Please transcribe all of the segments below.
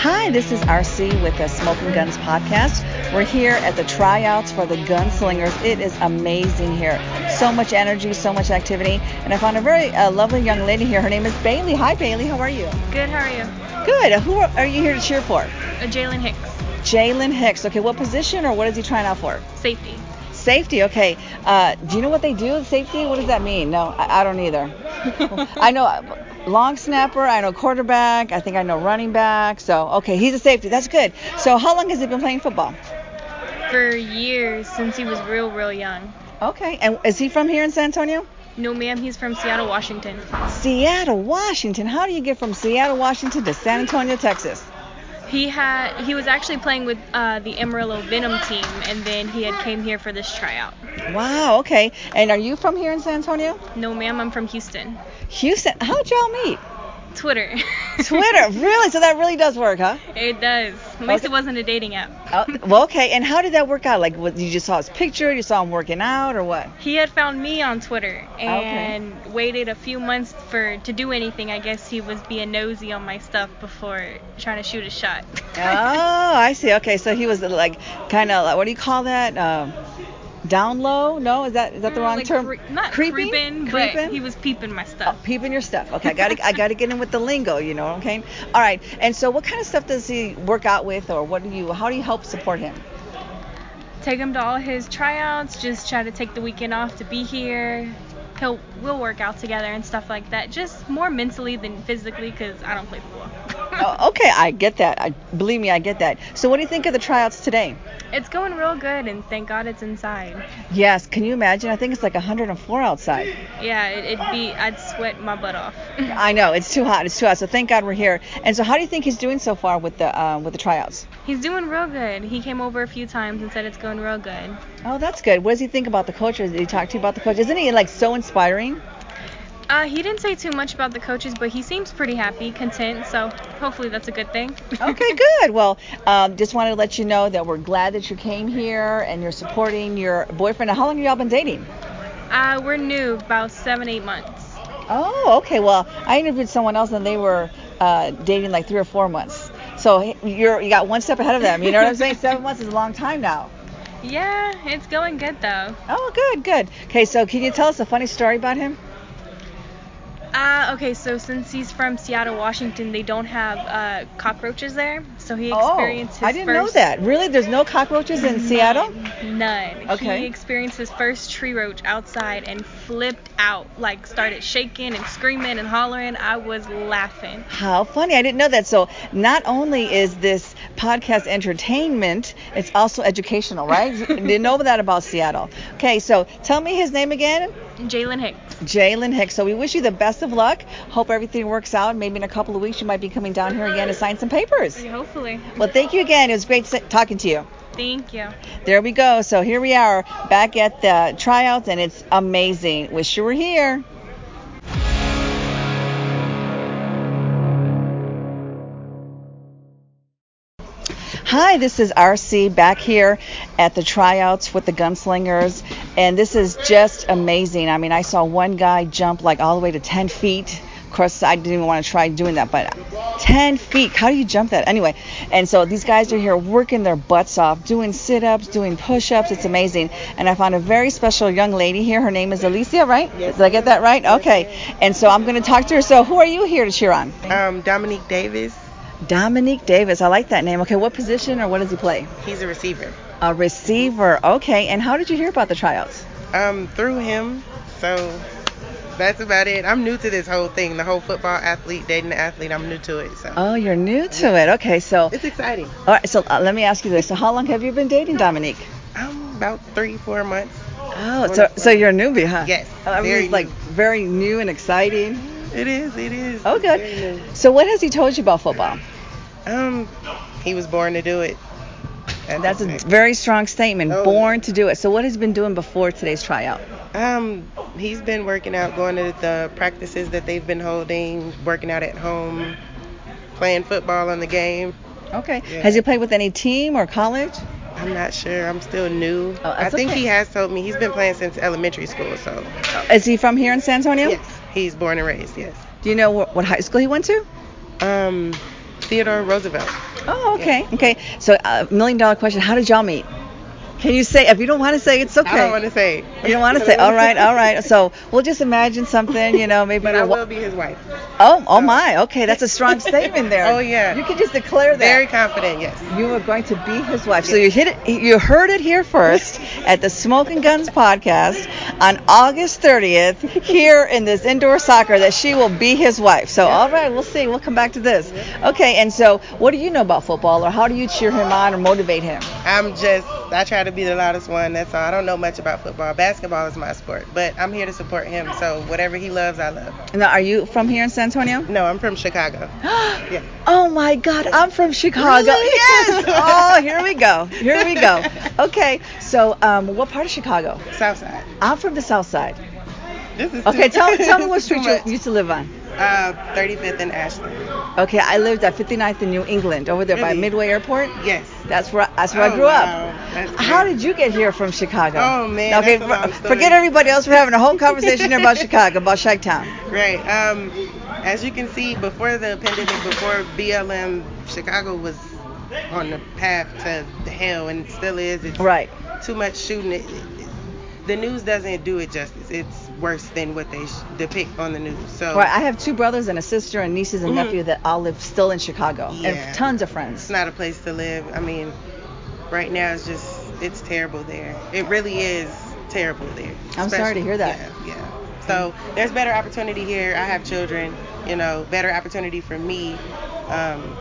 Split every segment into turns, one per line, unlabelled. Hi, this is RC with the Smoking Guns podcast. We're here at the tryouts for the Gunslingers. It is amazing here. So much energy, so much activity. And I found a very uh, lovely young lady here. Her name is Bailey. Hi, Bailey. How are you?
Good, how are you?
Good. Who are, are you here to cheer for?
Uh, Jalen Hicks,
Jalen Hicks. Okay, what position or what is he trying out for?
safety.
Safety. Okay. Uh, do you know what they do? Safety? What does that mean? No, I, I don't either. I know uh, long snapper. I know quarterback. I think I know running back. So okay, he's a safety. That's good. So how long has he been playing football?
For years, since he was real, real young.
Okay. And is he from here in San Antonio?
No, ma'am, he's from Seattle, Washington.
Seattle, Washington. How do you get from Seattle, Washington to San Antonio, Texas?
He had he was actually playing with uh, the Amarillo Venom team, and then he had came here for this tryout.
Wow. Okay. And are you from here in San Antonio?
No, ma'am, I'm from Houston.
Houston. How'd y'all meet?
Twitter.
Twitter. really? So that really does work, huh?
it does. At least
Okay.
it wasn't a dating app.
Oh, well, okay. And how did that work out? Like, what, you just saw his picture, you saw him working out, or what?
He had found me on Twitter
Ah,
and waited a few months for to do anything. I guess he was being nosy on my stuff before trying to shoot a shot.
oh, I see. Okay, so he was like, kind of, like, what do you call that? Um, down low? No, is that is that the
Mm,
wrong
like
term?
cre- not
creeping,
creeping,
Creeping?
but he was peeping my
Oh,
stuff.
peeping your stuff. Okay, I gotta I gotta get in with the lingo, you know. Okay, all right. And so, what kind of stuff does he work out with, or what do you? How do you help support him?
Take him to all his tryouts. Just try to take the weekend off to be here. He'll we'll work out together and stuff like that. Just more mentally than physically, cause I don't play football.
Oh, okay, I get that. I believe me, I get that. So, what do you think of the tryouts today?
It's going real good, and thank God it's inside.
Yes, can you imagine? I think it's like 104 outside.
Yeah, it, it'd be I'd sweat my butt off.
I know it's too hot. It's too hot. So thank God we're here. And so, how do you think he's doing so far with the uh, with the tryouts?
He's doing real good. He came over a few times and said it's going real good.
Oh, that's good. What does he think about the coach? Or Did he talk to you about the coach? Isn't he like so inspiring?
Uh, he didn't say too much about the coaches, but he seems pretty happy, content. So hopefully that's a good thing.
Okay, good. Well, um, just wanted to let you know that we're glad that you came here and you're supporting your boyfriend. Now, how long have y'all been dating?
Uh, we're new, about seven, eight months.
Oh, okay. Well, I interviewed someone else and they were uh, dating like three or four months. So you're you got one step ahead of them. You know what I'm saying? Seven months is a long time now.
Yeah, it's going good though.
Oh, good, good. Okay, so can you tell us a funny story about him?
Uh, okay, so since he's from Seattle, Washington, they don't have uh, cockroaches there, so he experienced his
Oh, I didn't know
first
that. Really, there's no cockroaches in Seattle?
none.
Okay.
He experienced his first tree roach outside and flipped out, like started shaking and screaming and hollering. I was laughing.
How funny. I didn't know that. So, not only is this podcast entertainment, it's also educational, right? You didn't know that about Seattle. Okay, so tell me his name again
Jalen Hicks.
Jalen Hicks. So, we wish you the best of luck. Hope everything works out. Maybe in a couple of weeks, you might be coming down here again to sign some papers.
Hopefully.
Well, thank you again. It was great s- talking to you.
Thank you.
There we go. So, here we are back at the tryouts, and it's amazing. Wish you were here. Hi, this is RC back here at the tryouts with the gunslingers, and this is just amazing. I mean, I saw one guy jump like all the way to 10 feet. Of course, I didn't even want to try doing that, but 10 feet, how do you jump that? Anyway, and so these guys are here working their butts off, doing sit ups, doing push ups. It's amazing. And I found a very special young lady here. Her name is Alicia, right? Yes, Did I get that right? okay. And so I'm going to talk to her. So, who are you here to cheer on?
Um, Dominique Davis,
Dominique Davis. I like that name. Okay, what position or what does he play?
he's a receiver.
A receiver. Okay. And how did you hear about the tryouts?
Um, through him, so that's about it. I'm new to this whole thing, the whole football athlete dating the athlete. I'm new to it, so
Oh, you're new to it. Okay. So,
it's exciting.
all right. So uh, let me ask you this. So, how long have you been dating Dominique?
I'm about three, four months.
Oh, so, so you're a newbie, huh?
Yes,
I mean,
very
it's like
new.
very new and exciting.
It is, it is.
Oh,
It's very
good.
new.
So, what has he told you about football?
Um, he was born to do it.
That's a
it.
very strong statement.
Oh,
Born to do it. So, what has he been doing before today's tryout?
Um, he's been working out, going to the practices that they've been holding, working out at home, playing football on the game.
Okay.
Yeah.
Has he played with any team or college?
I'm not sure. I'm still new.
Oh,
I
that's
think
okay.
he has told me he's been playing since elementary school. So
Is he from here in San Antonio?
yes, he's born and raised. Yes.
Do you know wh- what high school he went to?
Um, Theodore Roosevelt.
Oh, okay, okay. So, uh, million dollar question: How did y'all meet? Can you say? If you don't want to say, it's okay.
I don't want to say.
You don't want to say. All right, all right. So we'll just imagine something. You know, maybe.
But I
you're wa-
will be his wife.
Oh, oh my. Okay, that's a strong statement there.
Oh, yeah.
You can just declare that.
Very confident, yes.
You are going to be his wife. So you hit it, you heard it here first at the Smoke and Guns podcast on August 30th here in this indoor soccer that she will be his wife. So all right, we'll see. We'll come back to this. Okay, and so what do you know about football, or how do you cheer him on or motivate him?
I'm just, I try to be the loudest one. That's all. I don't know much about football. Basketball is my sport, but I'm here to support him. So whatever he loves, I love.
Now, are you from here in San Antonio?
No, I'm from Chicago. Yeah.
Oh my God, I'm from Chicago.
Really?
Yes. Oh, here we go. Here we go. Okay, so um, what part of Chicago?
Southside.
I'm from the South Side.
This is
Okay,
too-
tell, tell me what
too
street you
much.
used to live on.
Uh, 35th and Ashland.
Okay, I lived at 59th in New England, over there by
Really?
Midway Airport.
Yes.
That's where I, that's where I
Oh,
grew
wow.
up.
That's
How
great.
did you get here from Chicago?
Oh, man,
Okay,
that's a long
for-
story.
forget everybody else. We're having a whole conversation about Chicago, about Chi Town.
Right. Um, as you can see, before the pandemic, before BLM, Chicago was on the path to hell and still is. It's
Right.
too much shooting. It, it- the news doesn't do it justice. It's worse than what they sh- depict on the news. So
Right. I have two brothers and a sister and nieces and
Mhm.
nephew that all live still in Chicago,
Yeah.
and tons of
it's
friends.
not a place to live. I mean, right now it's just it's terrible there. It really is terrible there.
I'm sorry to
Especially-
hear that.
Yeah, yeah. So there's better opportunity here. I have children. You know, better opportunity for me. Um,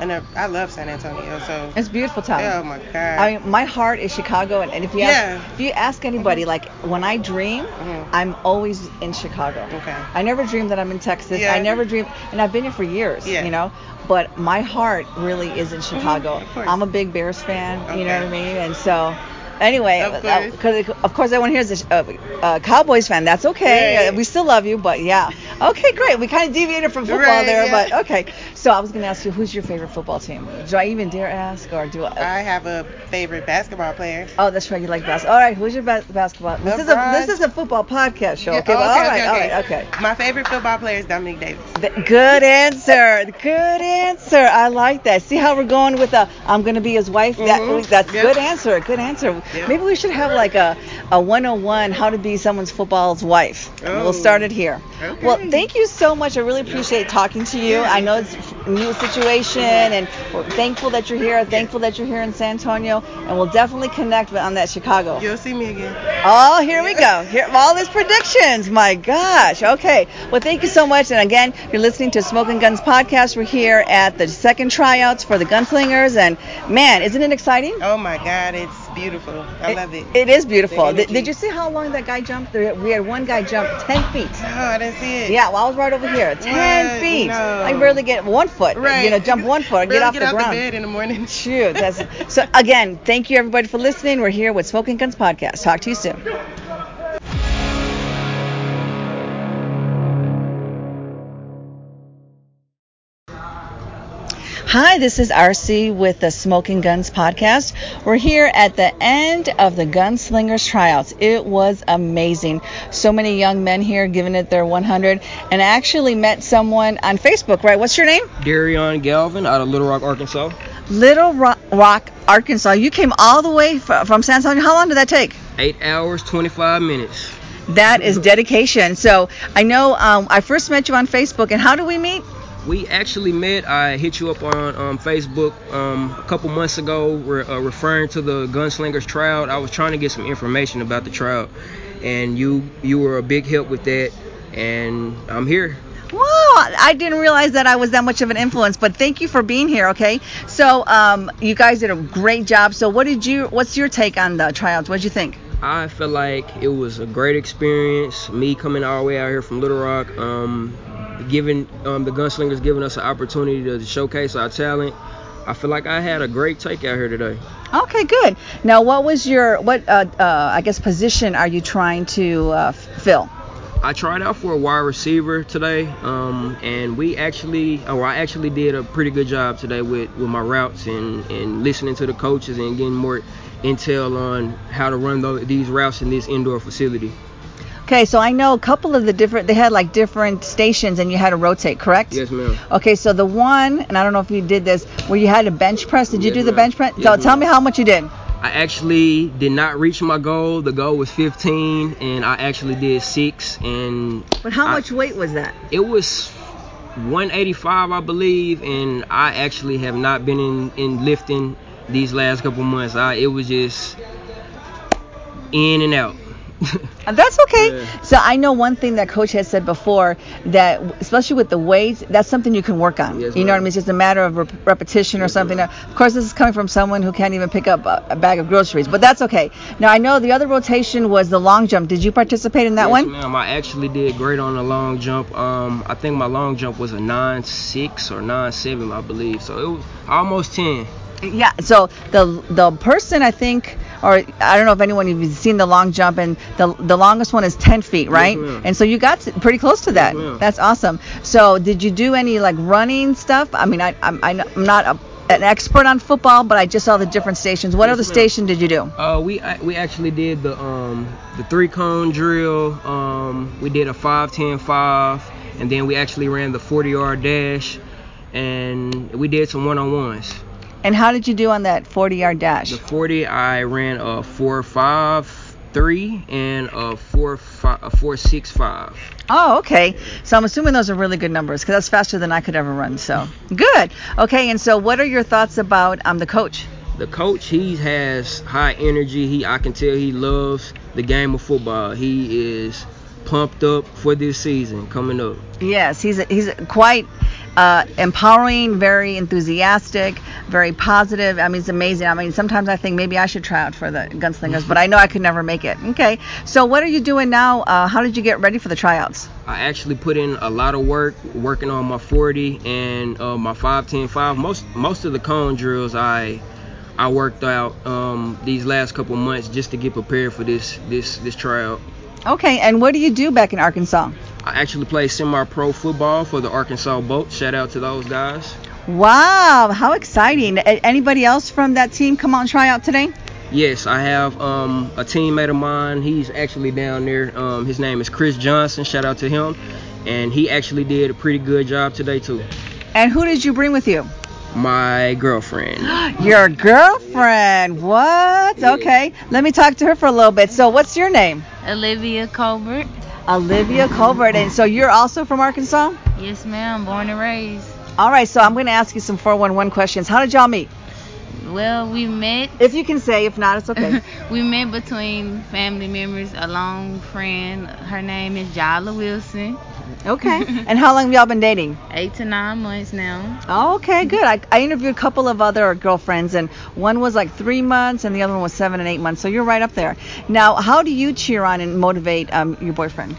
and uh, I love San Antonio. So
It's a beautiful town.
oh my God.
I mean, my heart is Chicago, and, and if you
Yeah. Mm-hmm.
ask, if you ask anybody, like when I dream,
Mhm.
I'm always in Chicago.
Okay.
I never dream that I'm in Texas.
Yeah.
I never dream, and I've been here for years.
Yeah. Mm-hmm.
You know, but my heart really is in Chicago.
of course.
I'm a big Bears fan. You know
Okay.
what I mean? And so. Anyway,
Of
uh,
course.
'cause, of course everyone here is a, uh, uh, Cowboys fan. That's okay. Uh,
Right.
we still love you, but yeah. Okay, great. We kind of deviated from football
Right,
there,
yeah.
but okay. So I was going to ask you, who's your favorite football team? Do I even dare ask, or do I?
I have a favorite basketball player.
Oh, that's right. You like basketball. All right. Who's your best basketball? This is a
LeBron.
this is a football podcast show.
Yeah,
Okay.
oh,
well, all right. All right. Okay.
My favorite football player is Dominique Davis.
Th- Good answer. Good answer. I like that. See how we're going with a I'm gonna be his wife. That,
Mhm.
that's
Yep.
good answer. Good answer.
Yep.
Maybe we should have like a a 101 how to be someone's football's wife. And
Oh.
We'll start it here.
Okay.
Well, thank you so much. I really appreciate talking to you. I know it's a new situation, and we're thankful that you're here. Thankful that you're here in San Antonio, and we'll definitely connect on that Chicago.
You'll see me again.
Oh, here we go. Here, all his predictions. My gosh. Okay. Well, thank you so much. And again, you're listening to Smoke and Guns podcast. We're here at the second tryouts for the Gunslingers, and man, isn't it exciting?
Oh my God, it's beautiful. I love it.
It is beautiful.
The
Did,
energy.
did you see how long that guy jumped? There- We had one guy jump 10 feet.
No, Oh, I didn't see it.
Yeah, well, I was right over here. 10
What?
feet.
No.
I barely get one foot.
Right.
You know, jump one foot and get
Barely
off
get
the
out
ground.
the bed in the morning.
Shoot, that's so. Again, thank you everybody for listening. We're here with Smoking Guns Podcast. Talk to you soon. Hi, this is RC with the Smoking Guns podcast. We're here at the end of the Gunslingers tryouts. It was amazing. So many young men here giving it their 100. And I actually met someone on Facebook, right? What's your name?
Darion Galvin out of Little Rock, Arkansas.
Little Ro- Rock, Arkansas. You came all the way fr- from San Antonio. How long did that take?
Eight hours, 25 minutes.
That is dedication. So I know um, I first met you on Facebook, and how do we meet?
We actually met. I hit you up on um, Facebook um, a couple months ago, re- uh, referring to the Gunslingers trial. I was trying to get some information about the trial, and you you were a big help with that. And I'm here.
Wow, I didn't realize that I was that much of an influence, but thank you for being here. Okay, so um, you guys did a great job. So what did you? What's your take on the tryouts? What did you think?
I felt like it was a great experience. Me coming all the way out here from Little Rock, um, giving um, the Gunslingers giving us an opportunity to showcase our talent. I feel like I had a great take out here today.
Okay, good. Now, what was your what? Uh, uh, I guess position are you trying to uh, f- fill?
I tried out for a wide receiver today, um, and we actually, or I actually did a pretty good job today with, with my routes and, and listening to the coaches and getting more intel on how to run those, these routes in this indoor facility.
Okay, so I know a couple of the different, they had like different stations and you had to rotate, correct?
Yes, ma'am.
Okay, so the one, and I don't know if you did this, where you had a bench press. Did you
Yes,
do the
ma'am.
bench press?
Yes,
so tell
ma'am.
me how much you did.
I actually did not reach my goal. The goal was 15, and I actually did six. And
But how
I-
much weight was that?
it was 185, I believe. And I actually have not been in, in lifting these last couple months. I it was just in and out.
Uh, That's okay.
Yeah.
So I know one thing that coach had said before that especially with the weights, that's something you can work on.
Yes,
you know what I
ma'am.
mean? It's just a matter of rep- repetition or something.
ma'am.
Of course, this is coming from someone who can't even pick up a, a bag of groceries, but that's okay. Now I know the other rotation was the long jump. Did you participate in that
yes,
one?
ma'am. I actually did great on the long jump. Um, I think my long jump was a 9.6 or 9.7, I believe. So it was almost 10.
Yeah. So the the person I think, or I don't know if anyone you've seen the long jump, and the the longest one is 10 feet, right?
ma'am.
and so you got to, pretty close to that.
ma'am.
That's awesome. So did you do any like running stuff? I mean, I I'm, I'm not a, an expert on football, but I just saw the different stations. What other
ma'am.
station did you do?
Uh, we ac- we actually did the um the three cone drill. Um, we did a 5 10 5, and then we actually ran the 40 yard dash, and we did some one on ones.
And how did you do on that 40 yard dash?
The 40 I ran a 4 5 3 and a 4 5 a 4 6 5.
Oh, okay. So I'm assuming those are really good numbers because that's faster than I could ever run. So good. Okay. And so what are your thoughts about um the coach?
The coach, he has high energy. He I can tell he loves the game of football. He is pumped up for this season coming up.
Yes, he's he's quite uh, empowering, very enthusiastic, very positive. I mean, it's amazing. I mean, sometimes I think maybe I should try out for the Gunslingers, but I know I could never make it. Okay, so what are you doing now? Uh, how did you get ready for the tryouts?
I actually put in a lot of work, working on my 40 and uh, my 5, 10, 5. Most most of the cone drills I I worked out um, these last couple months just to get prepared for this this this tryout.
Okay, and what do you do back in Arkansas?
I actually play semi-pro football for the Arkansas Bolt. Shout out to those guys.
Wow, how exciting! A- Anybody else from that team come out and try out today?
Yes, I have um, a teammate of mine. He's actually down there. Um, his name is Chris Johnson. Shout out to him. And he actually did a pretty good job today too.
And who did you bring with you?
My girlfriend.
Your girlfriend. What?
Yeah.
Okay, let me talk to her for a little bit. So, what's your name?
Olivia Colbert.
Olivia Colbert. And so, you're also from Arkansas?
Yes, ma'am. Born and raised.
All right, so I'm going to ask you some 411 questions. How did y'all meet?
Well, we met.
If you can say, if not, it's okay.
we met between family members, a long friend. Her name is Jala Wilson.
okay. And how long have y'all been dating?
Eight to nine months now.
Okay, good. I, I interviewed a couple of other girlfriends, and one was like three months, and the other one was seven and eight months. So you're right up there. Now, how do you cheer on and motivate um, your boyfriend?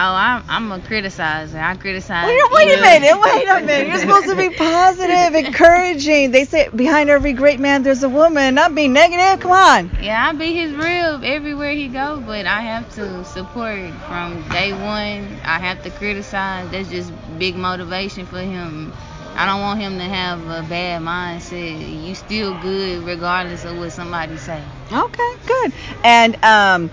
Oh, I'm, I'm a criticizer. I criticize.
Wait, Oh, wait a minute. Wait a minute. You're supposed to be positive, encouraging. They say behind every great man there's a woman. Not be negative. Come on.
Yeah, I be his rib everywhere he go, but I have to support from day one. I have to criticize. That's just big motivation for him. I don't want him to have a bad mindset. You still good regardless of what somebody say.
Okay, good. And um,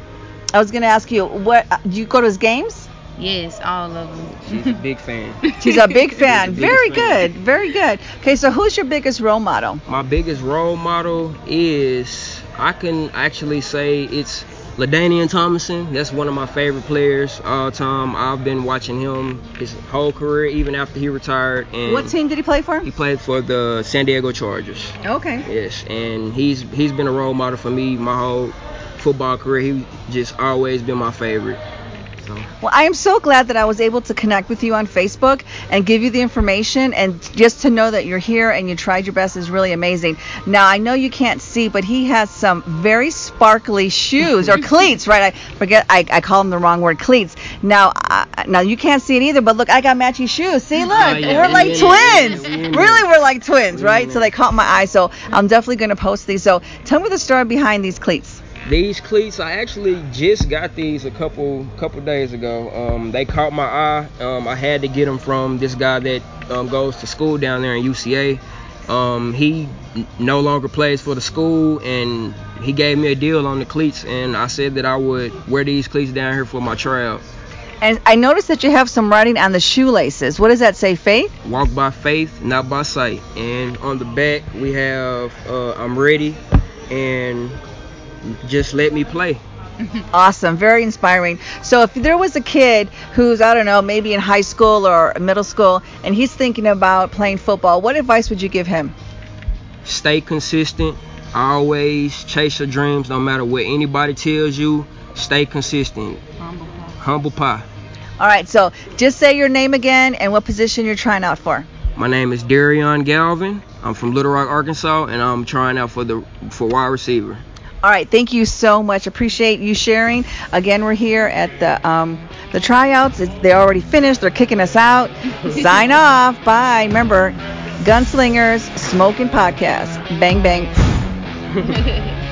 I was gonna ask you, what uh, do you go to his games?
Yes, all of
She's a
them.
big fan.
She's a big fan.
She's a big
very good.
fan.
Very good. Okay, so who's your biggest role model?
my biggest role model is I can actually say it's Ladanian Thomason. That's one of my favorite players all time. I've been watching him his whole career, even after he retired. And
What team did he play for?
He played for the San Diego Chargers.
Okay.
Yes, and he's he's been a role model for me my whole football career. He just always been my favorite. So.
Well, I am so glad that I was able to connect with you on Facebook and give you the information. And just to know that you're here and you tried your best is really amazing. Now, I know you can't see, but he has some very sparkly shoes or cleats, right? I forget, I, I call them the wrong word cleats. Now, I, now you can't see it either, but look, I got matching shoes. See, look,
Oh, yeah,
we're
we
like
in it, we in it,
twins.
we in it.
Really, we're like twins,
We in
right? So
it.
they caught my eye. So I'm definitely going to post these. So tell me the story behind these cleats.
These cleats, I actually just got these a couple couple days ago. Um, they caught my eye. Um, I had to get them from this guy that um, goes to school down there in UCA, Um, he n- no longer plays for the school, and he gave me a deal on the cleats, and I said that I would wear these cleats down here for my tryout.
And I noticed that you have some writing on the shoelaces. What does that say, Faith?
Walk by faith, not by sight. And on the back we have uh, I'm ready, and just let me play.
Awesome, very inspiring. So, if there was a kid who's, I don't know, maybe in high school or middle school, and he's thinking about playing football, what advice would you give him?
Stay consistent. Always chase your dreams, no matter what anybody tells you. Stay consistent.
Humble pie.
Humble pie.
All right, so just say your name again and what position you're trying out for.
My name is Darion Galvin. I'm from Little Rock, Arkansas, and I'm trying out for the for wide receiver.
All right, thank you so much. Appreciate you sharing. Again, we're here at the um, the tryouts. It's, they're already finished. They're kicking us out. Sign off. Bye. Remember, Gunslingers Smoking Podcast. Bang bang.